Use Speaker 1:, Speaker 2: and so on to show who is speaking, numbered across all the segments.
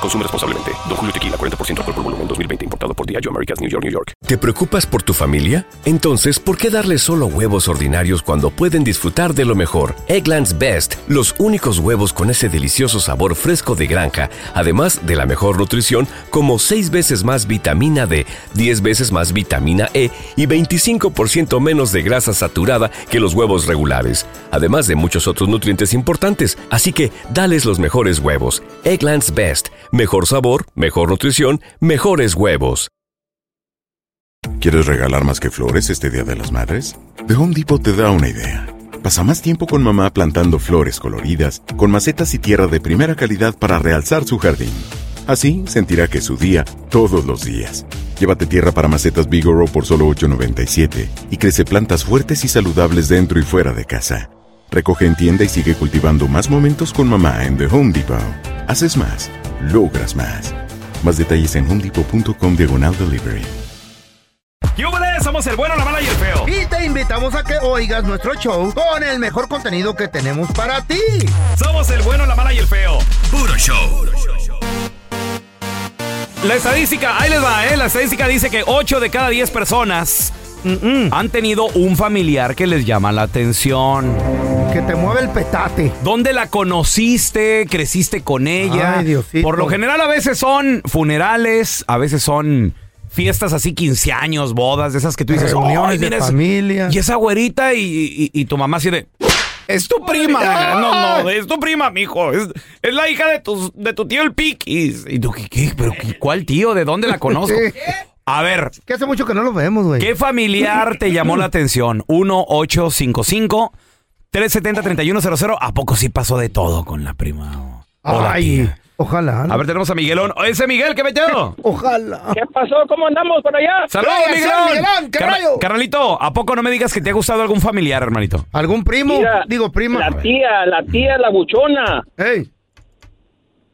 Speaker 1: Consume responsablemente. Don Julio Tequila, 40% alcohol por volumen, 2020. Importado por Diageo Americas, New York, New York.
Speaker 2: ¿Te preocupas por tu familia? Entonces, ¿por qué darles solo huevos ordinarios cuando pueden disfrutar de lo mejor? Eggland's Best, los únicos huevos con ese delicioso sabor fresco de granja, además de la mejor nutrición, como 6 veces más vitamina D, 10 veces más vitamina E y 25% menos de grasa saturada que los huevos regulares, además de muchos otros nutrientes importantes. Así que, dales los mejores huevos. Eggland's Best. Mejor sabor, mejor nutrición, mejores huevos.
Speaker 3: ¿Quieres regalar más que flores este Día de las Madres? The Home Depot te da una idea. Pasa más tiempo con mamá plantando flores coloridas, con macetas y tierra de primera calidad para realzar su jardín. Así sentirá que es su día todos los días. Llévate tierra para macetas Bigoro por solo $8.97 y crece plantas fuertes y saludables dentro y fuera de casa. Recoge en tienda y sigue cultivando más momentos con mamá en The Home Depot. Haces más, logras más. Más detalles en homedepot.com diagonal delivery.
Speaker 4: ¡Yúbales! Somos el bueno, la mala y el feo.
Speaker 5: Y te invitamos a que oigas nuestro show con el mejor contenido que tenemos para ti.
Speaker 4: Somos el bueno, la mala y el feo.
Speaker 6: Puro show.
Speaker 4: La estadística, ahí les va, ¿eh? La estadística dice que 8 de cada 10 personas han tenido un familiar que les llama la atención.
Speaker 5: Que te mueve el petate.
Speaker 4: ¿Dónde la conociste? ¿Creciste con ella?
Speaker 5: Ay, Diosito.
Speaker 4: Por lo general a veces son funerales, a veces son fiestas así, 15 años, bodas, de esas que tú dices,
Speaker 5: Reuniones
Speaker 4: "Ay,
Speaker 5: de
Speaker 4: mira esa-
Speaker 5: familia.
Speaker 4: Y esa güerita y, y- y tu mamá así de... Es tu
Speaker 5: ¡Ah!
Speaker 4: prima. No, no, es tu prima, mijo. Es, es la hija de, tus, de tu tío el Piquis. ¿Y tú qué? qué? ¿Pero qué- cuál tío? ¿De dónde la conozco?
Speaker 5: Sí.
Speaker 4: A ver,
Speaker 5: Que hace mucho que no los vemos, güey.
Speaker 4: ¿Qué familiar te llamó la atención? 1855 370 3100 ¿A poco sí pasó de todo con la prima? o- o la
Speaker 5: Ay,
Speaker 4: tía?
Speaker 5: ojalá. ¿no?
Speaker 4: A ver, tenemos a Miguelón. Ese Miguel, ¿qué metió?
Speaker 5: Ojalá.
Speaker 7: ¿Qué pasó? ¿Cómo andamos por allá?
Speaker 4: ¡Saludos,
Speaker 5: Gracias,
Speaker 4: Miguelón!
Speaker 5: Miguelón, qué
Speaker 4: Carna-
Speaker 5: rayo.
Speaker 4: Carnalito, ¿a poco no me digas que te ha gustado algún familiar, hermanito?
Speaker 5: ¿Algún primo?
Speaker 7: Mira,
Speaker 5: Digo, prima.
Speaker 7: La tía, la tía, la buchona.
Speaker 5: Ey,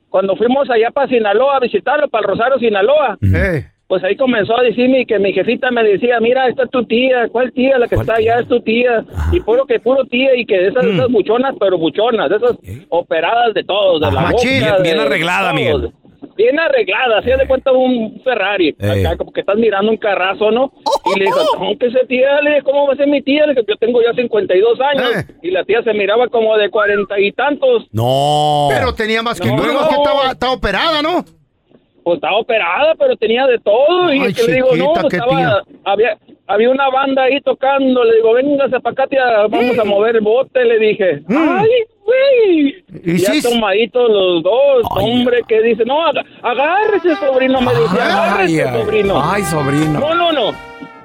Speaker 7: Cuando fuimos allá para Sinaloa a visitarlo, para el Rosario, Sinaloa,
Speaker 5: ey.
Speaker 7: pues ahí comenzó a decirme que mi jefita me decía, mira, esta es tu tía, ¿cuál tía? La que está allá es tu tía. Y puro que puro tía y que de esas, de esas buchonas, pero buchonas, de esas operadas de todos, de la
Speaker 5: Ajá,
Speaker 7: boca,
Speaker 5: sí, bien-
Speaker 7: de
Speaker 4: bien arreglada,
Speaker 7: todos.
Speaker 4: Miguel.
Speaker 7: Bien arreglada, así de cuenta un Ferrari,
Speaker 4: Ey.
Speaker 7: acá como que estás mirando un carrazo, ¿no? Y le digo, no, que ese tía, le dije, ¿cómo va a ser mi tía? Le dije, yo tengo ya 52 años
Speaker 5: Eh.
Speaker 7: y la tía se miraba como de cuarenta y tantos.
Speaker 4: No.
Speaker 5: Pero tenía más que
Speaker 7: No.
Speaker 5: pruebas que estaba, estaba operada, ¿no?
Speaker 7: pues estaba operada, pero tenía de todo. Y
Speaker 5: Ay,
Speaker 7: que le digo, no,
Speaker 5: chiquita,
Speaker 7: pues,
Speaker 5: qué
Speaker 7: estaba, había, había una banda ahí tocando. Le digo, véngase para acá, tía, vamos a mover el bote. Le dije,
Speaker 5: Mm.
Speaker 7: ay, güey.
Speaker 5: ¿Y
Speaker 7: ya
Speaker 5: sí?
Speaker 7: tomaditos los dos. hombre, que dice, no, ag- agárrese, sobrino. Me dice,
Speaker 4: Ay,
Speaker 7: agárrese,
Speaker 4: ay,
Speaker 7: sobrino.
Speaker 4: ay, sobrino.
Speaker 7: No, no, no.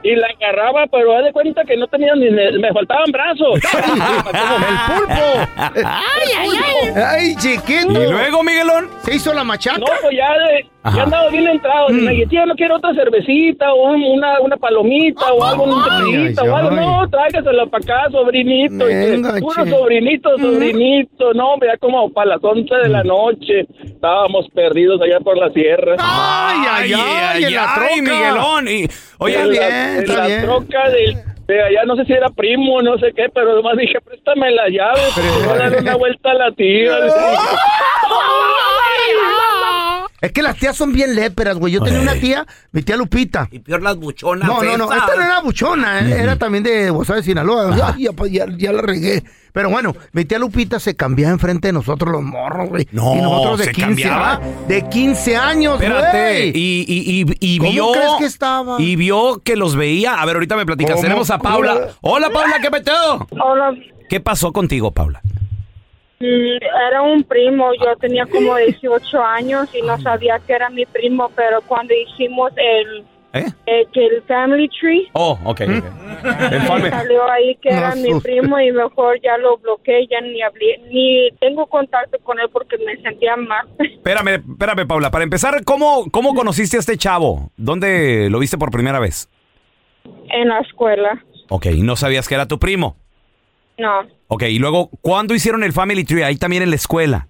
Speaker 7: Y la agarraba, pero haz de cuenta que no tenía ni. Me faltaban brazos.
Speaker 5: ¡El pulpo! ¡Ay, ay, ay! ¡Ay, chiquito!
Speaker 4: ¿Y luego, Miguelón?
Speaker 5: Se hizo la
Speaker 7: No,
Speaker 5: machaca.
Speaker 7: pues ya, de,
Speaker 4: Ajá.
Speaker 7: ya andaba bien entrado.
Speaker 5: Mm.
Speaker 7: Y Me dije, tío, no quiero otra cervecita o un- una, una palomita o algo, un
Speaker 5: ay,
Speaker 7: tequilita
Speaker 5: ay,
Speaker 7: o algo.
Speaker 5: ay.
Speaker 7: No, tráigasela para acá, sobrinito. Y que,
Speaker 5: Venga,
Speaker 7: puro
Speaker 5: che.
Speaker 7: sobrinito, sobrinito. No, vea como para las 11 de
Speaker 5: Mm.
Speaker 7: la noche. Estábamos perdidos allá por la sierra.
Speaker 5: ¡Ay, ay, ay! ¡En la troca!
Speaker 4: Miguelón. Y, oye,
Speaker 5: está
Speaker 7: en
Speaker 5: bien,
Speaker 7: la, en
Speaker 5: está
Speaker 7: la
Speaker 5: bien.
Speaker 7: troca del... De allá no sé si era primo, no sé qué, pero además dije, préstame la llave, porque voy a dar una vuelta a la tía.
Speaker 5: Es que las tías son bien léperas, güey. Yo tenía una tía, mi tía Lupita.
Speaker 6: Y peor las buchonas.
Speaker 5: No, no, no. Esta no era buchona, eh, era también de Guasave, Sinaloa. Ay, ya, pa- ya, ya la regué. Pero bueno, mi tía Lupita se cambiaba enfrente de nosotros los morros, güey.
Speaker 4: No,
Speaker 5: y nosotros de
Speaker 4: ¿se
Speaker 5: 15,
Speaker 4: cambiaba?
Speaker 5: ¿va? De 15 años,
Speaker 4: Espérate,
Speaker 5: güey.
Speaker 4: y, y, y, y
Speaker 5: ¿Cómo
Speaker 4: vio.
Speaker 5: crees que estaba?
Speaker 4: Y vio que los veía. A ver, ahorita me platicas.
Speaker 5: ¿Cómo?
Speaker 4: Tenemos a Paula. Hola, Paula, ¿qué peteo?
Speaker 8: Hola,
Speaker 4: ¿Qué pasó contigo, Paula?
Speaker 8: mm, era un primo, yo tenía como 18 años y no sabía que era mi primo, pero cuando hicimos el,
Speaker 4: ¿Eh?
Speaker 8: el, el family tree,
Speaker 4: Oh, ok. ok.
Speaker 5: ¿Mm?
Speaker 4: El
Speaker 8: me
Speaker 4: farme.
Speaker 8: salió ahí que
Speaker 5: No
Speaker 8: era mi
Speaker 5: asustes.
Speaker 8: primo y mejor ya lo bloqueé, ya ni hablé, ni tengo contacto con él porque me sentía mal.
Speaker 4: Espérame, espérame, Paula. Para empezar, ¿cómo, ¿cómo conociste a este chavo? ¿Dónde lo viste por primera vez?
Speaker 9: en la escuela.
Speaker 4: Ok, ¿y no sabías que era tu primo?
Speaker 9: No.
Speaker 4: Ok, y luego, ¿cuándo hicieron el Family Tree? Ahí también en la escuela.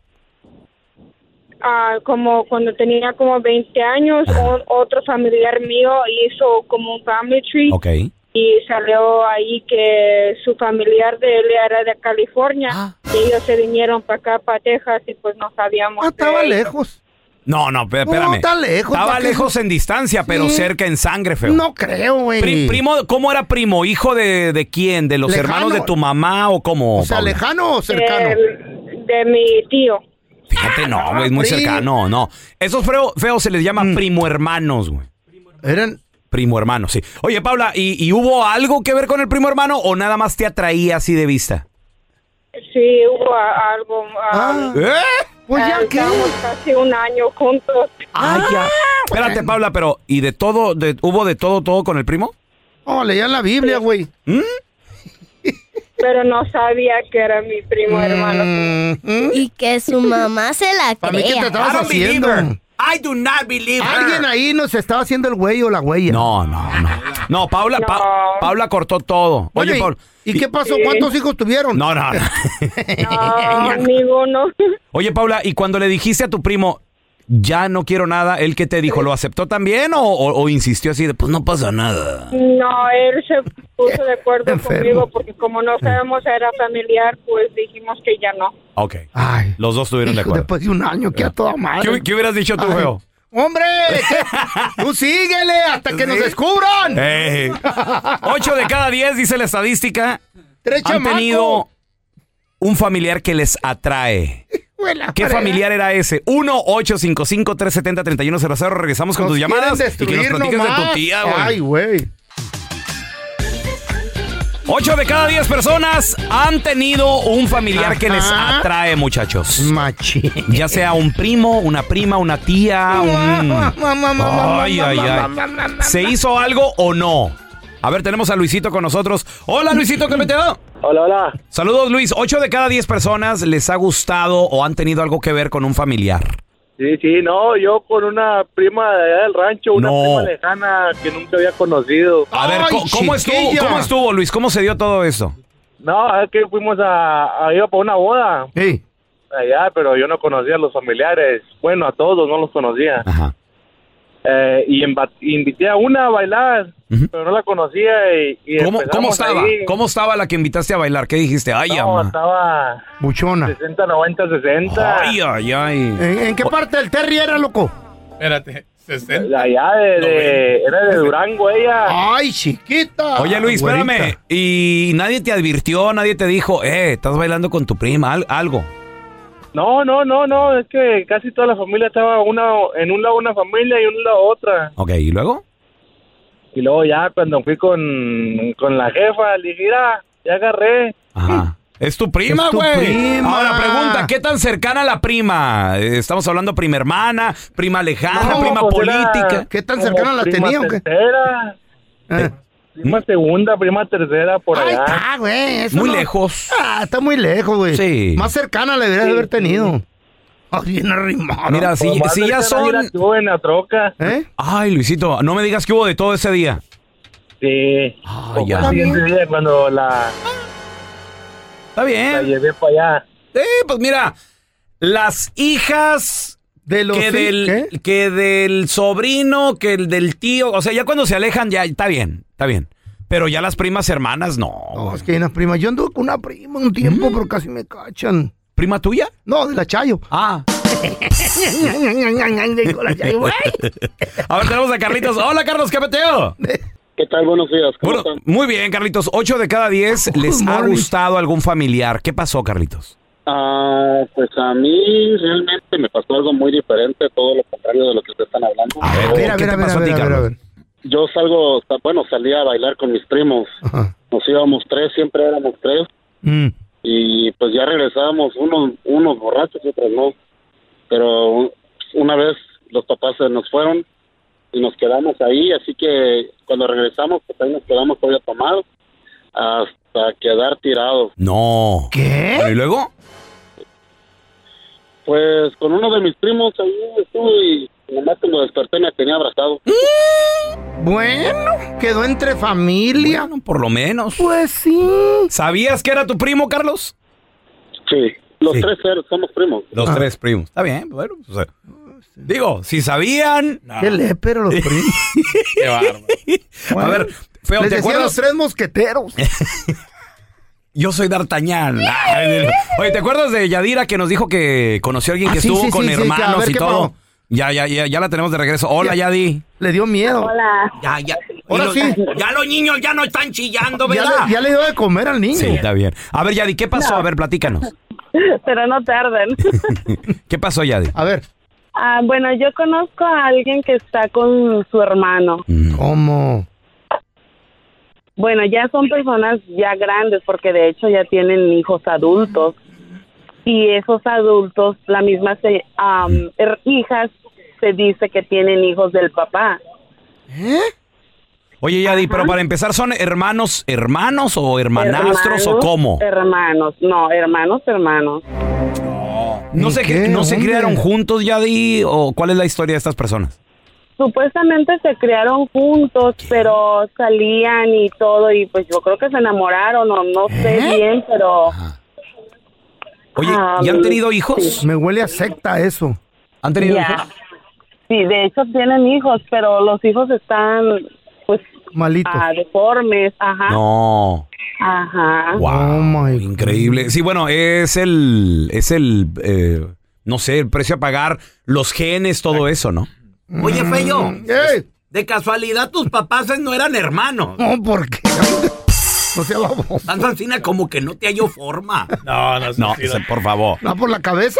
Speaker 9: Ah, como cuando tenía como 20 años, un- otro familiar mío hizo como un family tree
Speaker 4: Ok.
Speaker 9: y salió ahí que su familiar de él era de California
Speaker 5: Ah.
Speaker 9: y ellos se vinieron para acá, para Texas y pues no sabíamos.
Speaker 5: Ah, estaba
Speaker 9: de ellos.
Speaker 5: lejos.
Speaker 4: No, no, pe-
Speaker 5: No,
Speaker 4: espérame.
Speaker 5: está lejos,
Speaker 4: Estaba
Speaker 5: ¿para qué?
Speaker 4: lejos en distancia, pero
Speaker 5: Sí.
Speaker 4: cerca en sangre, feo.
Speaker 5: No creo, güey.
Speaker 4: Pri- primo, ¿cómo era primo? ¿Hijo de, de quién? ¿De los
Speaker 5: Lejano.
Speaker 4: hermanos de tu mamá o cómo?
Speaker 5: O sea,
Speaker 4: Paula?
Speaker 5: lejano o cercano.
Speaker 9: Del- de mi tío.
Speaker 4: Fíjate, no, güey, es muy
Speaker 5: Ah, primo. Mm.
Speaker 4: cercano, no. Esos feo- feos se les llama primo hermanos, güey.
Speaker 5: Eran.
Speaker 4: Primo hermano, sí. Oye, Paula, ¿y, y hubo algo que ver con el primo hermano o nada más te atraía así de vista?
Speaker 9: Sí, hubo a- algo. ah,
Speaker 5: Ah,
Speaker 4: ¿Eh?
Speaker 5: pues
Speaker 9: ah,
Speaker 5: ya que.
Speaker 9: Estábamos casi un año juntos.
Speaker 5: Ay, ya.
Speaker 4: Espérate, Paula, pero ¿y de todo, de- hubo de todo, todo con el primo?
Speaker 5: Oh, leían la Biblia, güey.
Speaker 9: pero no sabía que era mi primo hermano.
Speaker 5: Mm. Ujú.
Speaker 10: Y que su mamá se la
Speaker 5: Para mí que te
Speaker 10: crea.
Speaker 5: estabas haciendo.
Speaker 4: I do not believe
Speaker 5: Alguien ahí nos estaba haciendo el güey ¿eh? o la huella.
Speaker 4: No, no, no. No, Paula, Pa-
Speaker 9: No.
Speaker 4: Paula cortó todo. Oye,
Speaker 5: Oye,
Speaker 4: Paula.
Speaker 5: ¿y, qué pasó? ¿Cuántos hijos tuvieron?
Speaker 4: No, no, no.
Speaker 9: No, ninguno.
Speaker 4: Oye, Paula, ¿y cuando le dijiste a tu primo, ya no quiero nada, él que te dijo, ¿lo aceptó también o, o- o insistió así de, pues no pasa nada?
Speaker 9: No, él se puso de acuerdo
Speaker 5: Enfermo.
Speaker 9: conmigo porque como no sabemos era familiar, pues dijimos que ya no.
Speaker 4: Ok.
Speaker 5: Ay.
Speaker 4: Los dos estuvieron de
Speaker 5: Ah. hijo,
Speaker 4: acuerdo.
Speaker 5: después de un año, que a toda madre.
Speaker 4: ¿Qué, hu- qué hubieras dicho tú,
Speaker 5: Ay,
Speaker 4: feo?
Speaker 5: ¡Hombre! ¿qué? ¡Tú síguele hasta que nos descubran!
Speaker 4: Eh, Ey. Ocho de cada diez, dice la estadística,
Speaker 5: ¡Tres
Speaker 4: han
Speaker 5: chamacos!
Speaker 4: tenido un familiar que les atrae.
Speaker 5: Güey, la
Speaker 4: ¿Qué
Speaker 5: fregada.
Speaker 4: familiar era ese? 1-855-370-3100. Regresamos con
Speaker 5: Nos
Speaker 4: tus
Speaker 5: quieren
Speaker 4: llamadas y que nos
Speaker 5: destruir
Speaker 4: platiques de tu
Speaker 5: nomás.
Speaker 4: tía, güey.
Speaker 5: Ay, güey.
Speaker 4: 8 de cada 10 personas han tenido un familiar que les
Speaker 5: Ajá.
Speaker 4: atrae, muchachos.
Speaker 5: Machín.
Speaker 4: Ya sea un primo, una prima, una tía, un... Mm. Ay, ay, ay. ¿Se hizo algo o no? A ver, tenemos a Luisito con nosotros. Hola, Luisito, ¿qué me te da?
Speaker 6: Hola, hola.
Speaker 4: Saludos, Luis. 8 de cada 10 personas les ha gustado o han tenido algo que ver con un familiar.
Speaker 6: Sí, sí, no, yo con una prima de allá del rancho, una
Speaker 4: No.
Speaker 6: prima lejana que nunca había conocido.
Speaker 4: A ver,
Speaker 5: Ay,
Speaker 4: ¿cómo, cómo estuvo,
Speaker 5: chiquilla.
Speaker 4: ¿cómo estuvo, Luis? ¿Cómo se dio todo eso?
Speaker 6: No, es que fuimos a, a iba para una boda
Speaker 5: Ey,
Speaker 6: allá, pero yo no conocía a los familiares. Bueno, a todos no los conocía.
Speaker 4: Ajá.
Speaker 6: Eh, y emba- invité a una a bailar,
Speaker 4: Ujú.
Speaker 6: pero no la conocía y, y
Speaker 4: ¿Cómo,
Speaker 6: empezamos
Speaker 4: cómo estaba?
Speaker 6: ahí.
Speaker 4: ¿Cómo estaba la que invitaste a bailar? ¿Qué dijiste? Ay,
Speaker 6: No,
Speaker 4: ama.
Speaker 6: estaba
Speaker 5: buchona.
Speaker 6: 60, 90, 60.
Speaker 4: Ay, ay, ay.
Speaker 5: ¿En, en qué parte del Terry era, loco?
Speaker 11: Espérate, 60.
Speaker 6: De allá, de, de- era de Durango
Speaker 4: Ah,
Speaker 6: ella.
Speaker 5: Ay, chiquita.
Speaker 4: Oye, Luis,
Speaker 5: Güerita.
Speaker 4: espérame. Y nadie te advirtió, nadie te dijo, eh, estás bailando con tu prima, al- algo.
Speaker 6: No, no, no, no, es que casi toda la familia estaba una en un lado una familia y un lado otra.
Speaker 4: Ok, ¿y luego?
Speaker 6: Y luego ya cuando fui con, con la jefa, le dije, mira, ya agarré.
Speaker 4: Ajá. Es tu prima,
Speaker 5: Es tu
Speaker 4: güey.
Speaker 5: prima.
Speaker 4: Ahora pregunta, ¿qué tan cercana a la prima? Eh, Estamos hablando prima hermana, prima lejana,
Speaker 6: No,
Speaker 4: Ah, prima
Speaker 6: pues era
Speaker 4: política.
Speaker 5: ¿Qué tan
Speaker 6: como
Speaker 5: cercana la
Speaker 6: prima
Speaker 5: tenía o qué?
Speaker 6: Tercera,
Speaker 5: Eh.
Speaker 6: prima segunda, prima tercera, por
Speaker 5: Ahí
Speaker 6: allá.
Speaker 4: ah,
Speaker 5: está, güey. eso
Speaker 4: Muy
Speaker 5: no-
Speaker 4: lejos.
Speaker 5: Ah, está muy lejos, güey.
Speaker 4: Sí.
Speaker 5: Más cercana la deberías haber tenido. Ay, bien arrimado.
Speaker 4: Mira, si,
Speaker 6: Pues más
Speaker 4: si ya
Speaker 6: cercana, mira,
Speaker 4: son...
Speaker 6: estuve en la troca.
Speaker 5: ¿Eh?
Speaker 4: Ay, Luisito, no me digas que hubo de todo ese día.
Speaker 6: Sí.
Speaker 4: Ah,
Speaker 6: Como
Speaker 4: ya.
Speaker 6: al siguiente día cuando la,
Speaker 4: Está
Speaker 6: la
Speaker 4: bien.
Speaker 6: llevé para allá.
Speaker 4: Eh, pues mira, las hijas
Speaker 5: De los
Speaker 4: que
Speaker 5: sí,
Speaker 4: del,
Speaker 5: ¿qué?
Speaker 4: que del sobrino, que el del tío. O sea, ya cuando se alejan, ya está bien, está bien. Pero ya las primas hermanas, no.
Speaker 5: No, es que hay unas primas. Yo anduve con una prima un tiempo,
Speaker 4: Mm.
Speaker 5: pero casi me cachan.
Speaker 4: ¿Prima tuya?
Speaker 5: No, de la Chayo.
Speaker 4: Ah.
Speaker 5: Digo, la Chayo, güey.
Speaker 4: A ver, tenemos a Carlitos. Hola, Carlos, ¿qué peteo?
Speaker 6: ¿Qué tal? Buenos días. ¿Cómo
Speaker 4: Bueno,
Speaker 6: están?
Speaker 4: muy bien, Carlitos. Ocho de cada diez les ha
Speaker 5: morning.
Speaker 4: gustado algún familiar. ¿Qué pasó, Carlitos?
Speaker 6: Ah, pues a mí realmente me pasó algo muy diferente, todo lo contrario de lo que ustedes están hablando.
Speaker 4: A ver,
Speaker 6: Yo-
Speaker 4: Oh, ¿qué
Speaker 5: Mira,
Speaker 4: te
Speaker 5: mira,
Speaker 4: pasó
Speaker 5: mira,
Speaker 4: a ti,
Speaker 5: mira, mira,
Speaker 4: Carlos?
Speaker 5: mira.
Speaker 6: Yo salgo, sa- bueno, salí a bailar con mis primos.
Speaker 5: Ajá.
Speaker 6: Nos íbamos tres, siempre éramos tres.
Speaker 5: Mm.
Speaker 6: Y pues ya regresábamos, unos, unos borrachos y otros no. Pero un- una vez los papás se nos fueron y nos quedamos ahí. Así que cuando regresamos, pues ahí nos quedamos todavía tomados hasta quedar tirados.
Speaker 4: No.
Speaker 5: ¿Qué?
Speaker 4: Bueno, ¿Y luego?
Speaker 6: Pues con uno de mis primos ahí estuve y nomás cuando desperté me tenía abrazado.
Speaker 5: Bueno, quedó entre familia.
Speaker 4: Por lo menos.
Speaker 5: Pues sí.
Speaker 4: ¿Sabías que era tu primo, Carlos?
Speaker 7: Sí, los
Speaker 4: Sí.
Speaker 7: tres ser- somos primos.
Speaker 4: Los
Speaker 5: Ah.
Speaker 4: tres primos. Está bien, bueno. pues, o sea, digo, si sabían.
Speaker 5: Qué lépero los primos.
Speaker 4: Qué bárbaro. A ver, feo,
Speaker 5: Les
Speaker 4: ¿te
Speaker 5: decía los
Speaker 4: acuerdas?
Speaker 5: tres mosqueteros.
Speaker 4: Yo soy D'Artagnan. Ay, Oye, ¿te acuerdas de Yadira que nos dijo que conoció a alguien que
Speaker 5: Ah, sí,
Speaker 4: estuvo
Speaker 5: sí,
Speaker 4: con
Speaker 5: sí, sí, que a
Speaker 4: hermanos
Speaker 5: ver,
Speaker 4: y
Speaker 5: ¿qué
Speaker 4: todo?
Speaker 5: pasó?
Speaker 4: Ya, ya, ya, ya la tenemos de regreso. Hola, Yadi.
Speaker 5: Le dio miedo.
Speaker 8: Hola.
Speaker 6: Ya, ya. Y
Speaker 5: Ahora
Speaker 6: los-
Speaker 5: sí.
Speaker 6: Ya los niños ya no están chillando,
Speaker 5: Ya
Speaker 6: ¿verdad?
Speaker 5: le, ya le dio de comer al niño.
Speaker 4: Sí, está bien. A ver, Yadi, ¿qué pasó? A ver, platícanos.
Speaker 8: Pero no tardan.
Speaker 4: ¿Qué pasó, Yadi?
Speaker 5: A ver,
Speaker 8: Ah, bueno, yo conozco a alguien que está con su hermano.
Speaker 5: ¿cómo?
Speaker 8: Bueno, ya son personas ya grandes porque de hecho ya tienen hijos adultos y esos adultos, la misma se- am, her- hijas se dice que tienen hijos del papá.
Speaker 4: Oye, Yadi, pero para empezar, ¿son hermanos, hermanos o hermanastros o
Speaker 8: Hermanos,
Speaker 4: cómo?
Speaker 6: eh,
Speaker 8: Hermanos, no, hermanos, hermanos.
Speaker 4: ¿No
Speaker 5: ¿Y
Speaker 4: se,
Speaker 5: qué?
Speaker 4: ¿no se
Speaker 5: ¿Dónde?
Speaker 4: criaron juntos, Yadi? ¿O cuál es la historia de estas personas?
Speaker 8: Supuestamente se criaron juntos, pero salían y todo y pues yo creo que se enamoraron o no
Speaker 4: ¿Eh?
Speaker 8: sé bien, pero
Speaker 4: Oye, ¿y
Speaker 8: Ah,
Speaker 4: han tenido hijos?
Speaker 5: Me huele a secta eso.
Speaker 4: ¿Han tenido
Speaker 8: ya.
Speaker 4: hijos?
Speaker 8: Sí, de hecho tienen hijos, pero los hijos están pues
Speaker 5: Malito.
Speaker 8: ah, deformes, ajá.
Speaker 6: Ah.
Speaker 4: No.
Speaker 8: Ajá.
Speaker 4: Wow.
Speaker 5: Oh my God.
Speaker 4: Increíble. Sí, bueno, es el, es el, eh, no sé, el precio a pagar, los genes, todo eso, ¿no?
Speaker 6: Oye, Feyo,
Speaker 4: Mm,
Speaker 5: ¡Ey!
Speaker 6: de casualidad tus papás no eran hermanos.
Speaker 5: No, ¿por qué? No sea baboso.
Speaker 6: Tanto Ancina como que no te halló forma.
Speaker 4: No, no, no. se- Por favor.
Speaker 5: ¿Va por la cabeza?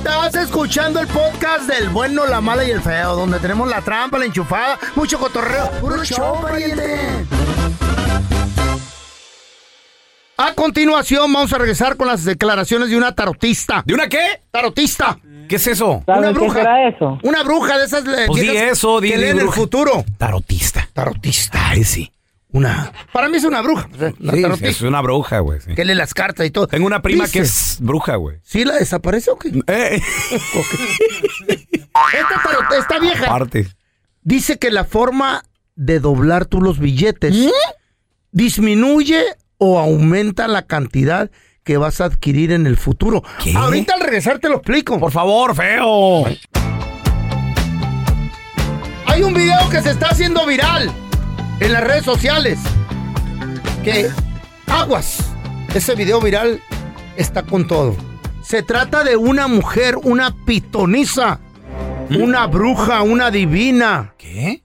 Speaker 5: Estás escuchando el podcast del bueno, la mala y el feo, donde tenemos la trampa, la enchufada, mucho cotorreo. ¡Puro show, pariente! A continuación vamos a regresar con las declaraciones de una tarotista.
Speaker 4: ¿De una qué?
Speaker 5: ¡Tarotista!
Speaker 4: ¿Qué es eso?
Speaker 5: Una
Speaker 8: ¿Saben qué
Speaker 5: bruja.
Speaker 8: será eso?
Speaker 5: Una bruja de esas le-
Speaker 4: Pues di
Speaker 5: viejas
Speaker 4: eso, di
Speaker 5: que leen el
Speaker 4: bruja.
Speaker 5: futuro.
Speaker 4: Tarotista.
Speaker 5: Tarotista.
Speaker 4: Ay, sí.
Speaker 5: Una. Para mí es una bruja. Una
Speaker 4: Sí,
Speaker 5: tarotista.
Speaker 4: es una bruja, güey. sí.
Speaker 5: Que lee las cartas y todo.
Speaker 4: Tengo una prima que
Speaker 5: Dice,
Speaker 4: es bruja, güey.
Speaker 5: ¿Sí la desaparece o qué?
Speaker 4: Eh,
Speaker 5: Esta tarot- esta vieja
Speaker 4: aparte.
Speaker 5: dice que la forma de doblar tú los billetes
Speaker 4: ¿Eh?
Speaker 5: disminuye o aumenta la cantidad que vas a adquirir en el futuro.
Speaker 4: ¿Qué?
Speaker 5: Ahorita al regresar te lo explico.
Speaker 4: Por favor, feo.
Speaker 5: Hay un video que se está haciendo viral en las redes sociales. Que aguas. Ese video viral está con todo. Se trata de una mujer, una pitonisa,
Speaker 4: ¿Mm?
Speaker 5: una bruja, una divina.
Speaker 4: ¿Qué?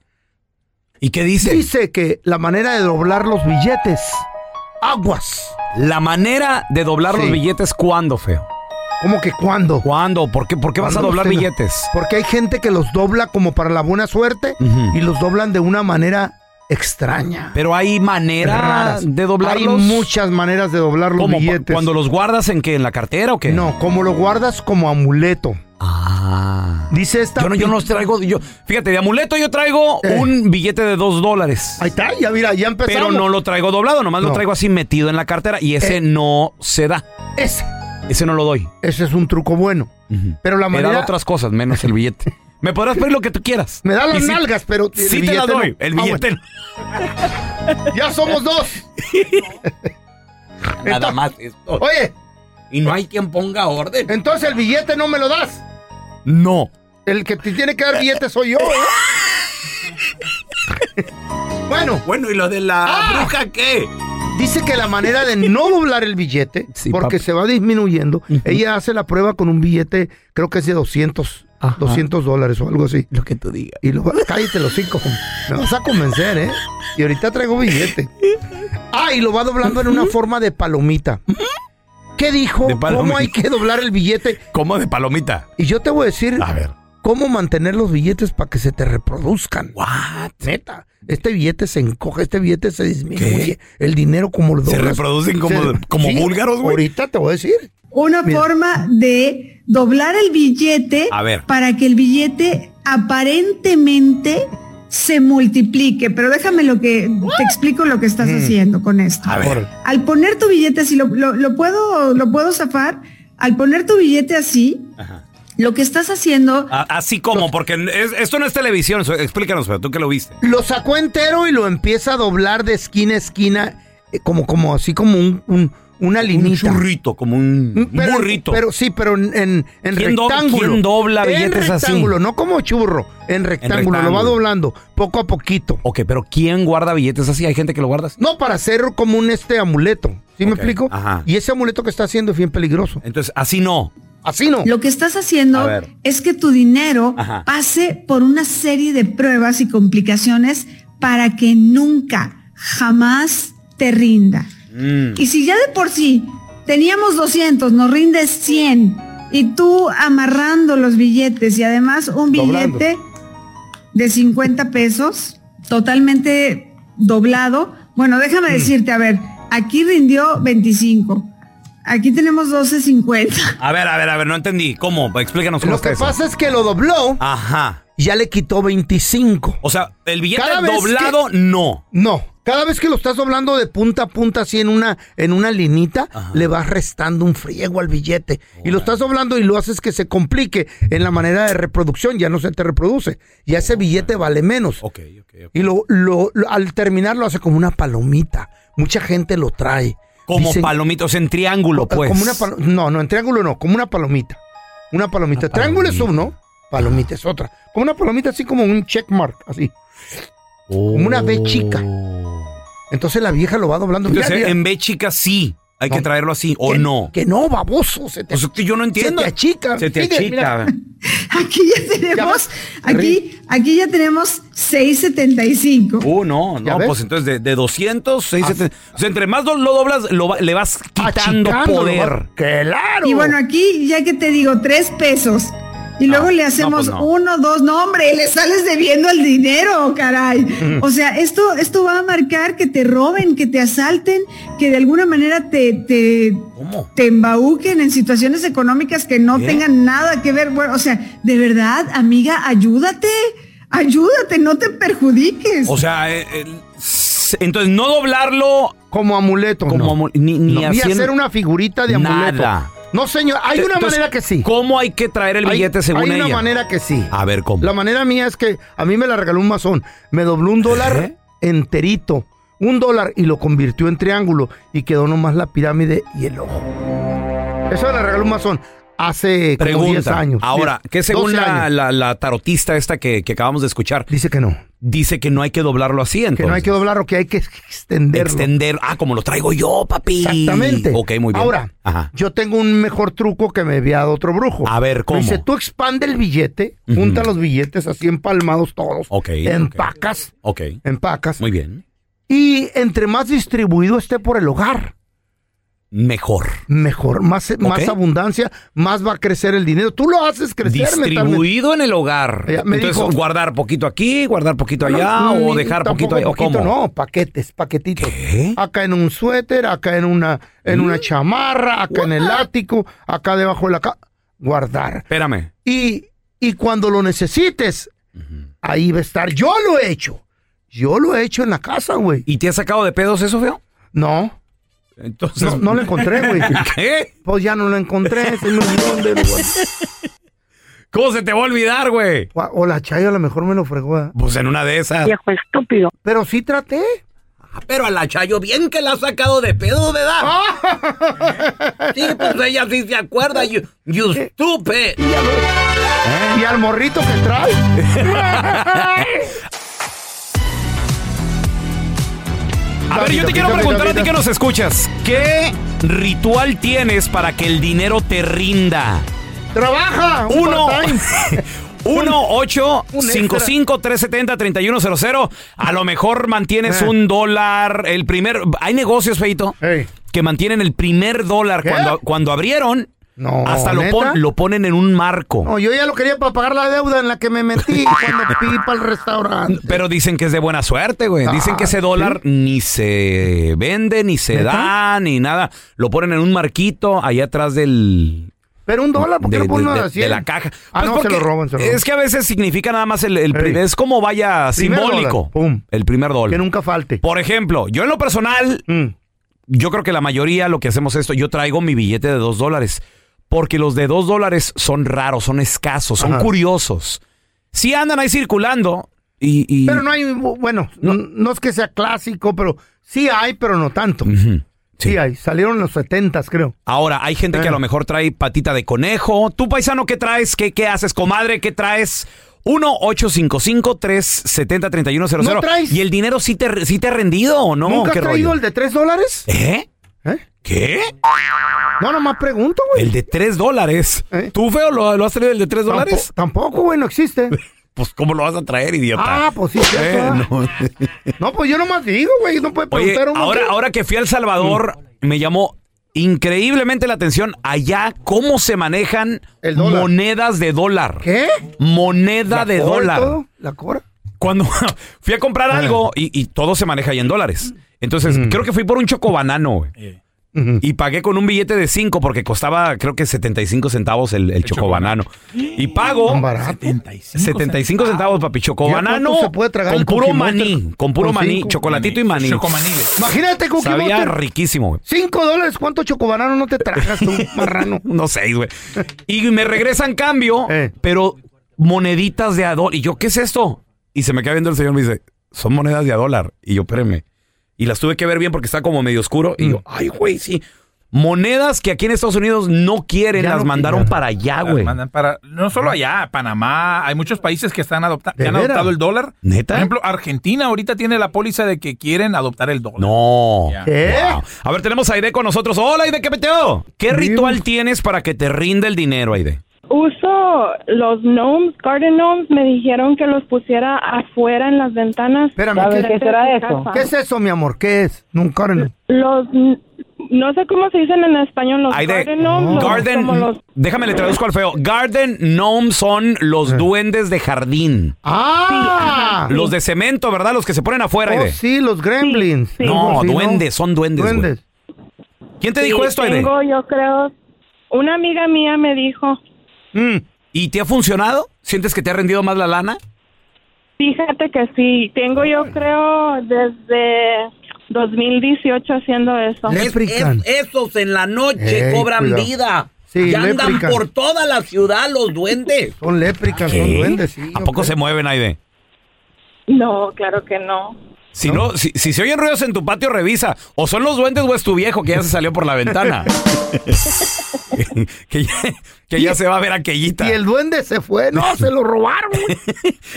Speaker 4: ¿Y qué dice?
Speaker 5: Dice que la manera de doblar los billetes, aguas.
Speaker 4: La manera de doblar los
Speaker 5: Sí.
Speaker 4: billetes, ¿cuándo, feo?
Speaker 5: ¿Cómo que cuándo?
Speaker 4: ¿Cuándo? ¿Por qué, por qué vas a
Speaker 5: ¿Cuándo
Speaker 4: doblar
Speaker 5: los tenga?
Speaker 4: billetes?
Speaker 5: Porque hay gente que los dobla como para la buena suerte
Speaker 4: Ujú.
Speaker 5: y los doblan de una manera extraña.
Speaker 4: Pero hay manera
Speaker 5: raras.
Speaker 4: de doblarlos.
Speaker 5: Hay muchas maneras de doblar los
Speaker 4: ¿Cómo? ¿Cu-
Speaker 5: billetes.
Speaker 4: ¿Cuando los guardas en qué? ¿En la cartera o qué?
Speaker 5: No, como lo guardas como amuleto.
Speaker 4: Ah.
Speaker 5: Dice esta.
Speaker 4: Yo no, yo no traigo. Yo, fíjate, de amuleto yo traigo un billete de dos dólares.
Speaker 5: Eh. Ahí está, ya mira, ya empezamos.
Speaker 4: Pero no lo traigo doblado, nomás lo
Speaker 5: No.
Speaker 4: traigo así metido en la cartera y ese
Speaker 5: Eh.
Speaker 4: no se da.
Speaker 5: Ese,
Speaker 4: Ese no lo doy.
Speaker 5: ese es un truco bueno. Pero la
Speaker 4: Me dan
Speaker 5: manera.
Speaker 4: otras cosas, menos el billete. Me podrás pedir lo que tú quieras.
Speaker 5: Me da
Speaker 4: Y
Speaker 5: las
Speaker 4: sí-
Speaker 5: nalgas, pero. el
Speaker 4: Sí te la
Speaker 5: billete no.
Speaker 4: doy. El
Speaker 5: Ah,
Speaker 4: billete
Speaker 5: bueno,
Speaker 4: no.
Speaker 5: ya somos dos.
Speaker 6: Nada más esto.
Speaker 5: Oye,
Speaker 6: Y no hay quien ponga orden.
Speaker 5: entonces el billete no me lo das.
Speaker 4: No.
Speaker 5: El que te tiene que dar billete soy yo. ¿eh? bueno,
Speaker 6: Bueno, ¿y lo de la
Speaker 4: Ah.
Speaker 6: bruja qué?
Speaker 5: dice que la manera de no doblar el billete,
Speaker 4: Sí,
Speaker 5: porque
Speaker 4: papi.
Speaker 5: se va disminuyendo, ella hace la prueba con un billete, creo que es de 200,
Speaker 4: Ajá.
Speaker 5: 200 dólares o algo así.
Speaker 6: Lo que tú digas.
Speaker 5: Y luego, cállate los cinco, me vas a convencer, ¿eh? Y ahorita traigo billete. Ah, y lo va doblando en una forma de palomita. ¿Qué dijo?
Speaker 4: De palomita.
Speaker 5: ¿Cómo hay que doblar el billete?
Speaker 4: Como de palomita.
Speaker 5: Y yo te voy a decir
Speaker 4: A ver.
Speaker 5: cómo mantener los billetes para que se te reproduzcan.
Speaker 4: What?
Speaker 5: Neta, este billete se encoge, este billete se disminuye. El dinero como lo
Speaker 4: Se
Speaker 5: doblas,
Speaker 4: reproducen como- como búlgaros, güey.
Speaker 5: Ahorita te voy a decir.
Speaker 12: una
Speaker 5: Mira.
Speaker 12: forma de doblar el billete
Speaker 6: A ver.
Speaker 12: para que el billete aparentemente se multiplique. Pero déjame lo que te explico lo que estás
Speaker 5: Mm.
Speaker 12: haciendo con esto.
Speaker 6: A ver.
Speaker 12: Al poner tu billete, si lo, lo- lo puedo, lo puedo zafar, al poner tu billete así, lo que estás haciendo
Speaker 4: A- Así como, porque es- esto no es televisión. so- Explícanos, pero tú que lo viste.
Speaker 5: Lo sacó entero y lo empieza a doblar de esquina a esquina, eh, como, como así como un, un- una linita.
Speaker 6: churrito, como un...
Speaker 12: Mm,
Speaker 5: Un- pero-
Speaker 4: burrito.
Speaker 5: Pero sí, pero en, en, en
Speaker 4: ¿Quién do-
Speaker 5: rectángulo.
Speaker 4: quién dobla
Speaker 5: En
Speaker 4: billetes así?
Speaker 5: rectángulo, no como churro. En rectángulo, lo va
Speaker 4: rectángulo.
Speaker 5: doblando poco a poquito.
Speaker 4: Ok, pero ¿quién guarda billetes así? ¿Hay gente que lo guarda así?
Speaker 5: No para hacer como un este amuleto. ¿Sí me
Speaker 4: Ok,
Speaker 5: explico?
Speaker 4: ajá.
Speaker 5: Y ese amuleto que está haciendo es bien peligroso.
Speaker 4: Entonces, así no.
Speaker 5: Así no.
Speaker 12: Lo que estás
Speaker 4: A
Speaker 12: haciendo
Speaker 4: ver.
Speaker 12: es que tu dinero
Speaker 4: Ajá.
Speaker 12: pase por una serie de pruebas y complicaciones para que nunca, jamás te rinda.
Speaker 4: Mm.
Speaker 12: Y si ya de por sí teníamos 200, nos rindes 100 y tú amarrando los billetes y además un
Speaker 5: Doblando.
Speaker 12: billete de 50 pesos totalmente doblado, bueno, déjame decirte, a ver, aquí rindió 25. Aquí tenemos 12.50.
Speaker 4: A ver, a ver, a ver, no entendí. ¿Cómo? Explícanos cómo
Speaker 5: Lo que
Speaker 4: está eso.
Speaker 5: pasa es que lo dobló,
Speaker 4: Ajá.
Speaker 5: ya le quitó 25.
Speaker 4: O sea, el billete
Speaker 5: Cada vez
Speaker 4: doblado, no.
Speaker 5: No, cada vez que lo estás doblando de punta a punta así en una en una linita, le vas restando un friego al billete y lo estás doblando y lo haces que se complique en la manera de reproducción, ya no se te reproduce, ya ese billete vale menos.
Speaker 4: Ok, ok, ok.
Speaker 5: Y lo, lo- lo- al terminar lo hace como una palomita. Mucha gente lo trae.
Speaker 4: Como
Speaker 5: Dicen-
Speaker 4: palomitos en triángulo, pues.
Speaker 5: Ah, Como una palo- no, no, en triángulo no, como una palomita. Una palomita.
Speaker 4: Una
Speaker 5: triángulo es
Speaker 4: palomita.
Speaker 5: uno, palomita es otra. Como una palomita así como un checkmark, así. como una B chica. Entonces la vieja lo va doblando. Mira,
Speaker 4: Oh. Entonces,
Speaker 5: mira.
Speaker 4: en B chica sí. Hay que
Speaker 5: No.
Speaker 4: traerlo así, ¿o
Speaker 5: que,
Speaker 4: no?
Speaker 5: Que no, baboso. Se te,
Speaker 4: Pues es que yo no entiendo.
Speaker 5: Se te achica.
Speaker 4: Se te
Speaker 5: Sigue, mira.
Speaker 4: achica.
Speaker 12: Aquí ya tenemos,
Speaker 5: ves,
Speaker 12: aquí, aquí ya tenemos 675.
Speaker 4: Uh, no,
Speaker 5: ¿Ya
Speaker 4: no,
Speaker 5: ves?
Speaker 4: pues entonces de, de 200,
Speaker 12: Ah.
Speaker 4: 670. O sea, entre más do- lo doblas, lo va- le vas quitando
Speaker 5: Achicándolo,
Speaker 4: poder.
Speaker 5: va- Claro.
Speaker 12: Y bueno, aquí ya que te digo, tres pesos. Y luego le hacemos
Speaker 4: no, pues no.
Speaker 12: uno, dos, no, hombre, le sales debiendo el dinero, caray. O sea, esto, esto va a marcar que te roben, que te asalten, que de alguna manera te, te,
Speaker 4: ¿Cómo?
Speaker 12: te embauquen en situaciones económicas que no
Speaker 4: ¿Qué?
Speaker 12: tengan nada que ver. Bueno, o sea, de verdad, amiga, ayúdate, ayúdate, no te perjudiques.
Speaker 4: O sea, eh, eh, s- entonces no doblarlo
Speaker 5: como amuleto.
Speaker 4: como
Speaker 5: no.
Speaker 4: amu- ni, ni
Speaker 5: No, ni
Speaker 4: haciendo-
Speaker 5: hacer una figurita de amuleto.
Speaker 4: Nada. Eh,
Speaker 5: No, señor. Hay una
Speaker 4: Entonces,
Speaker 5: manera que sí.
Speaker 4: ¿Cómo hay que traer el
Speaker 5: Hay-
Speaker 4: billete según
Speaker 5: hay
Speaker 4: ella?
Speaker 5: una manera que sí.
Speaker 4: A ver, ¿cómo?
Speaker 5: La manera mía es que a mí me la regaló un masón. Me dobló un dólar
Speaker 4: ¿Eh?
Speaker 5: enterito. Un dólar y lo convirtió en triángulo. Y quedó nomás la pirámide y el ojo. Eso me la regaló un masón hace como 10
Speaker 4: Pregunta.
Speaker 5: años.
Speaker 4: Ahora,
Speaker 5: Diez-
Speaker 4: ¿qué según
Speaker 5: 12
Speaker 4: la,
Speaker 5: años.
Speaker 4: la- la tarotista esta que, que acabamos de escuchar?
Speaker 5: Dice que no.
Speaker 4: Dice que no hay que doblarlo así, entonces.
Speaker 5: Que no hay que doblarlo, que hay que extenderlo.
Speaker 4: extender. Ah, como lo traigo yo, papi.
Speaker 5: Exactamente.
Speaker 4: Ok, muy bien.
Speaker 5: Ahora,
Speaker 4: Ajá.
Speaker 5: yo tengo un mejor truco que me había dado otro brujo.
Speaker 4: A ver, ¿cómo?
Speaker 5: Me dice, tú expande el billete, junta los billetes así empalmados todos.
Speaker 4: Ok,
Speaker 5: Empacas,
Speaker 4: Ok.
Speaker 5: empacas.
Speaker 4: Muy bien.
Speaker 5: Y entre más distribuido esté por el hogar,
Speaker 4: Mejor.
Speaker 5: mejor. Más, más
Speaker 4: Ok.
Speaker 5: abundancia, más va a crecer el dinero. Tú lo haces crecer mentalmente.
Speaker 4: Distribuido en el hogar.
Speaker 5: Ella me
Speaker 4: Entonces,
Speaker 5: dijo-
Speaker 4: guardar poquito aquí, guardar poquito allá,
Speaker 5: No,
Speaker 4: o
Speaker 5: ni-
Speaker 4: dejar
Speaker 5: tampoco
Speaker 4: poquito allá. ¿o ¿Cómo?
Speaker 5: No, paquetes, paquetitos.
Speaker 4: ¿Qué? ¿Mm?
Speaker 5: Acá en un suéter, acá en una, en una chamarra, acá en el ático, acá debajo de la cama. guardar.
Speaker 4: Espérame.
Speaker 5: Y, y cuando lo necesites, ahí va a estar. Yo lo he hecho. Yo lo he hecho en la casa, güey.
Speaker 4: ¿Y te has sacado de pedos eso, feo?
Speaker 5: No.
Speaker 4: Entonces.
Speaker 5: No, no lo encontré, güey.
Speaker 4: ¿Qué?
Speaker 5: Pues ya no lo encontré. se me olvidó dónde lo guardé.
Speaker 4: ¿Cómo se te va a olvidar, güey?
Speaker 5: O o la Chayo a lo mejor me lo fregó. ¿eh?
Speaker 4: Pues en una de esas.
Speaker 8: estúpido.
Speaker 5: Pero sí traté.
Speaker 6: Pero a la Chayo bien que la ha sacado de pedo, ¿verdad? Sí, pues ella sí se acuerda. You, you stupid.
Speaker 4: ¿Eh?
Speaker 5: Y al morrito que trae.
Speaker 4: A ver, yo te quiero preguntar a ti que nos escuchas. ¿Qué ritual tienes para que el dinero te rinda?
Speaker 5: ¡Trabaja! un
Speaker 4: Uno.
Speaker 5: part-time.
Speaker 4: 1 8
Speaker 5: un extra.
Speaker 4: 55 370 3100 A lo mejor mantienes
Speaker 5: Eh.
Speaker 4: un dólar. El primer. Hay negocios, Feito, que mantienen el primer dólar cuando, cuando abrieron.
Speaker 5: No,
Speaker 4: hasta lo,
Speaker 5: ¿neta?
Speaker 4: pon- lo ponen en un marco.
Speaker 5: No, yo ya lo quería para pagar la deuda en la que me metí cuando fui para el restaurante.
Speaker 4: Pero dicen que es de buena suerte, güey. Dicen
Speaker 5: Ah,
Speaker 4: que ese dólar ni se vende, ni se da, ni nada. Lo ponen en un marquito allá atrás del.
Speaker 5: Pero un dólar, ¿por qué
Speaker 4: de,
Speaker 5: lo ponen
Speaker 4: de-
Speaker 5: a
Speaker 4: de-
Speaker 5: la
Speaker 4: de
Speaker 5: cien?
Speaker 4: la caja. Pues
Speaker 5: Ah, no, se
Speaker 4: porque
Speaker 5: lo roban, se lo roban.
Speaker 4: Es que a veces significa nada más el, el pri- Es como vaya
Speaker 5: Primer
Speaker 4: simbólico.
Speaker 5: dólar, pum.
Speaker 4: El primer dólar.
Speaker 5: Que nunca falte. Mm.
Speaker 4: Por ejemplo, yo en lo personal, yo creo que la mayoría lo que hacemos esto, yo traigo mi billete de dos dólares. Porque los de dos dólares son raros, son escasos, son
Speaker 5: Ajá.
Speaker 4: curiosos. Si andan ahí circulando y... y-
Speaker 5: Pero no hay, bueno, no, no es que sea clásico, pero sí hay, pero no tanto. sí. hay, salieron en los setentas, creo.
Speaker 4: Ahora, hay gente
Speaker 5: Eh.
Speaker 4: que a lo mejor trae patita de conejo. ¿Tú, paisano, qué traes? ¿Qué, qué haces, comadre? ¿Qué traes? 1-855-370-3100.
Speaker 5: ¿No traes?
Speaker 4: ¿Y el dinero sí te, sí te ha rendido o no?
Speaker 5: ¿Nunca has
Speaker 4: ¿Qué
Speaker 5: traído
Speaker 4: rollo?
Speaker 5: el de tres dólares?
Speaker 4: ¿Eh? ¿Qué?
Speaker 5: No, nomás pregunto, güey.
Speaker 4: ¿El de 3 dólares?
Speaker 5: ¿Eh?
Speaker 4: ¿Tú, feo, lo, lo has traído el de 3 dólares?
Speaker 5: Tampoco, güey, no existe.
Speaker 4: Pues, ¿cómo lo vas a traer, idiota?
Speaker 5: Ah, pues sí, cierto,
Speaker 4: Eh,
Speaker 5: ah.
Speaker 4: no.
Speaker 5: No, pues yo nomás digo, güey, no Mm. puede
Speaker 4: Oye,
Speaker 5: preguntar uno.
Speaker 4: ahora, ahora que fui a El Salvador, me llamó increíblemente la atención allá cómo se manejan
Speaker 5: dólar.
Speaker 4: monedas de dólar.
Speaker 5: ¿Qué?
Speaker 4: Moneda
Speaker 5: ¿La
Speaker 4: de
Speaker 5: cobra y
Speaker 4: dólar.
Speaker 5: todo? ¿La cobra?
Speaker 4: Cuando fui a comprar algo y, y todo se maneja ahí en dólares. Entonces,
Speaker 5: Mm.
Speaker 4: creo que fui por un chocobanano. güey. Y pagué con un billete de 5 porque costaba, creo que 75 centavos el, el chocobanano. Y pago 75 centavos, papi. Chocobanano
Speaker 5: ¿Cuánto se puede tragar
Speaker 4: con
Speaker 5: el
Speaker 4: puro
Speaker 5: Cookie
Speaker 4: maní,
Speaker 5: Monster?
Speaker 4: con puro
Speaker 5: Con
Speaker 4: maní,
Speaker 5: cinco.
Speaker 4: chocolatito y maní. Chocomanile.
Speaker 5: Imagínate, Cookie
Speaker 4: Sabía
Speaker 5: Monster.
Speaker 4: riquísimo, güey.
Speaker 5: Cinco dólares, ¿cuánto chocobanano no te tragas tú, marrano?
Speaker 4: No sé, güey. Y me regresan cambio, pero moneditas de a dólar. Y yo, ¿qué es esto? Y se me queda viendo el señor y me dice, son monedas de a dólar. Y yo, espérame. Y las tuve que ver bien porque está como medio oscuro. Y yo, ay, güey, sí. Monedas que aquí en Estados Unidos no quieren, las mandaron para allá, Ah, güey.
Speaker 13: mandan para, no solo allá, Panamá, hay muchos países que están adopta- que
Speaker 4: ¿De
Speaker 13: han
Speaker 4: veras?
Speaker 13: adoptado el dólar.
Speaker 4: ¿Neta?
Speaker 13: Por ejemplo, Argentina ahorita tiene la póliza de que quieren adoptar el dólar.
Speaker 4: No.
Speaker 13: Ya.
Speaker 4: ¿Qué? Wow. A ver, tenemos a Aide con nosotros. Hola, Aide, ¿qué peteo? ¿Qué ritual tienes para que te rinda el dinero, Aide?
Speaker 9: Uso los gnomes, garden gnomes, me dijeron que los pusiera afuera en las ventanas.
Speaker 5: Espérame,
Speaker 9: Ah.
Speaker 5: ¿Qué es eso, mi amor? ¿Qué es? Nunca.
Speaker 9: Los, no sé cómo se dicen en español, los
Speaker 4: Aide,
Speaker 9: garden gnomes. los-
Speaker 4: Garden,
Speaker 9: como los-
Speaker 4: déjame le traduzco al feo. Garden Gnome son los duendes de jardín.
Speaker 5: ¡Ah!
Speaker 4: Los de cemento, ¿verdad? Los que se ponen afuera,
Speaker 5: Oh,
Speaker 4: Aide.
Speaker 5: sí, los gremlins.
Speaker 4: No,
Speaker 5: Sí,
Speaker 4: duendes, son duendes, güey.
Speaker 5: Duendes.
Speaker 4: ¿Quién te
Speaker 9: Sí,
Speaker 4: dijo esto, Aide?
Speaker 9: Tengo, yo creo, una amiga mía me dijo,
Speaker 4: Mm. ¿Y te ha funcionado? ¿Sientes que te ha rendido más la lana?
Speaker 9: fíjate que sí, tengo yo creo desde 2018 haciendo eso.
Speaker 6: esos en la noche
Speaker 9: Ey,
Speaker 6: cobran
Speaker 9: cuidado.
Speaker 6: vida.
Speaker 9: Sí,
Speaker 6: y andan
Speaker 9: leprecan.
Speaker 6: por toda la ciudad los duendes.
Speaker 5: Son lépricas,
Speaker 4: ¿Qué?
Speaker 5: son duendes, sí.
Speaker 4: ¿A poco se mueven, Aide?
Speaker 9: No, claro que no.
Speaker 4: Si no, si, si se oyen ruidos en tu patio, revisa. O son los duendes o es tu viejo que ya se salió por la ventana. que ya, que ya se va a ver aquellita.
Speaker 5: Y el duende se fue. No, se lo robaron.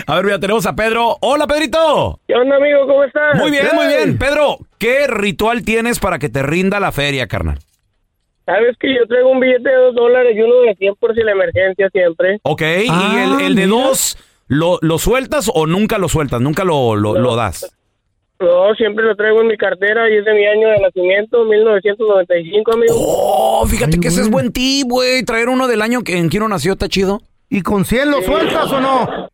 Speaker 4: A ver, ya tenemos a Pedro. Hola, Pedrito.
Speaker 14: ¿Qué onda, amigo? ¿Cómo estás?
Speaker 4: Muy bien,
Speaker 14: Hey.
Speaker 4: muy bien. Pedro, ¿qué ritual tienes para que te rinda la feria, carnal?
Speaker 14: Sabes que yo traigo un billete de dos dólares y uno de 100 por si la emergencia siempre.
Speaker 4: Ok, y el, el de dos, ¿lo, lo sueltas o nunca lo sueltas? Nunca lo, lo- lo das.
Speaker 14: No, siempre lo traigo en mi cartera y es de mi año de nacimiento, 1995, amigo.
Speaker 4: Oh, fíjate que ese es buen tip, güey. Traer uno del año que en que uno nació está chido.
Speaker 5: ¿Y con 100 lo sueltas o no?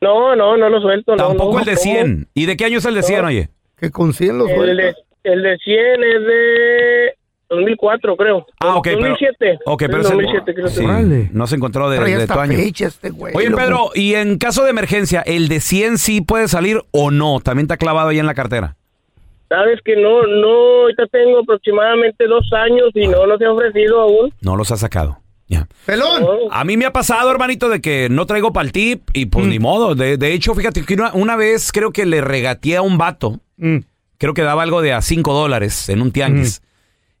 Speaker 14: No, no, no lo suelto.
Speaker 4: Tampoco
Speaker 14: no,
Speaker 4: el de
Speaker 14: ¿cómo?
Speaker 4: 100. ¿Y de qué año es el de 100, oye?
Speaker 5: Que con 100 lo
Speaker 14: El de,
Speaker 5: sueltas.
Speaker 14: el de 100 es de 2004, creo.
Speaker 4: Ah, ok, pero-
Speaker 14: 2007.
Speaker 4: Ok, pero
Speaker 14: El
Speaker 4: es el-
Speaker 14: 2007, creo que
Speaker 4: sí,
Speaker 14: fue.
Speaker 4: no se encontró de,
Speaker 5: Trae
Speaker 4: de
Speaker 5: hasta
Speaker 4: tu año.
Speaker 5: fecha este güey,
Speaker 4: Oye,
Speaker 5: loco.
Speaker 4: Pedro, y en caso de emergencia, ¿el de 100 sí puede salir o no? También está clavado ahí en la cartera.
Speaker 14: Sabes que no, no, ahorita tengo aproximadamente dos años y no, no se ha ofrecido aún.
Speaker 4: No los ha sacado.
Speaker 5: Pelón.
Speaker 4: A mí me ha pasado, hermanito, de que no traigo pal tip y pues
Speaker 5: Mm.
Speaker 4: ni modo. De, de hecho, fíjate que una, una vez creo que le regateé a un vato. Creo que daba algo de a 5 dólares en un tianguis.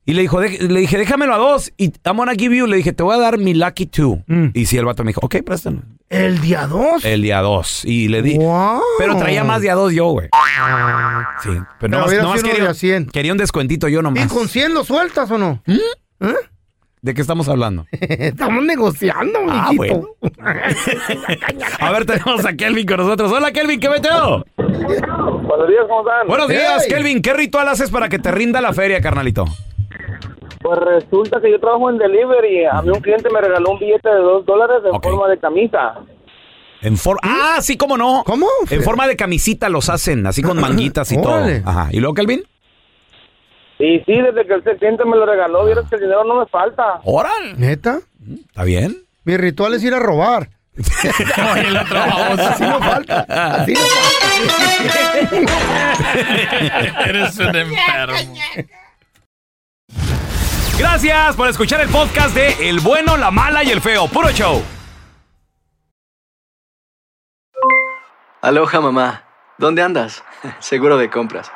Speaker 4: Y le, dijo, "Dej- le dije, déjamelo a dos. Y I'm gonna give you. Le dije, te voy a dar mi lucky two.
Speaker 5: Mm.
Speaker 4: Y si el vato me dijo, ok, préstame.
Speaker 5: El día 2.
Speaker 4: El día 2. Y le di. Pero traía más de a 2 yo, güey. Sí. Pero
Speaker 5: Pero
Speaker 4: nomás,
Speaker 5: hubiera
Speaker 4: nomás
Speaker 5: sido uno de
Speaker 4: quería,
Speaker 5: a 100.
Speaker 4: quería un descuentito yo
Speaker 5: ¿Y
Speaker 4: nomás.
Speaker 5: con 100 lo sueltas o no?
Speaker 4: Mm.
Speaker 5: ¿Eh?
Speaker 4: ¿De qué estamos hablando?
Speaker 5: Estamos negociando,
Speaker 4: Ah,
Speaker 5: mijito.
Speaker 4: bueno. A ver, tenemos a Kelvin con nosotros. Hola, Kelvin, ¿qué meteo?
Speaker 15: Buenos días, ¿cómo están?
Speaker 4: Buenos días,
Speaker 15: Hey.
Speaker 4: Kelvin. ¿Qué ritual haces para que te rinda la feria, carnalito?
Speaker 15: Pues resulta que yo trabajo en delivery. A mí un cliente me regaló un billete de dos dólares en forma de camisa.
Speaker 4: En forma. Ah, sí, cómo no.
Speaker 5: ¿Mm? ¿Cómo?
Speaker 4: En forma de camisita los hacen, así con manguitas y todo.
Speaker 15: Órale.
Speaker 4: Ajá. ¿Y luego, Kelvin?
Speaker 15: Y sí, desde que el cliente me lo regaló, vieron que el dinero no me falta.
Speaker 4: ¡Oral!
Speaker 5: ¿Neta?
Speaker 4: ¿Está bien?
Speaker 5: Mi ritual es ir a robar. Así no falta. Así no falta.
Speaker 13: Eres un enfermo.
Speaker 4: Gracias por escuchar el podcast de El Bueno, la Mala y el Feo. Puro show.
Speaker 16: Aloha mamá, ¿dónde andas? Seguro de compras.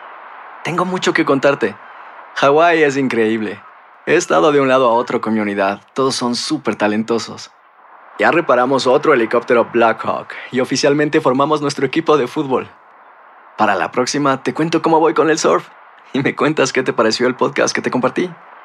Speaker 16: Tengo mucho que contarte. Hawái es increíble. He estado de un lado a otro con mi unidad. Todos son súper talentosos. Ya reparamos otro helicóptero Blackhawk y oficialmente formamos nuestro equipo de fútbol. Para la próxima te cuento cómo voy con el surf y me cuentas qué te pareció el podcast que te compartí,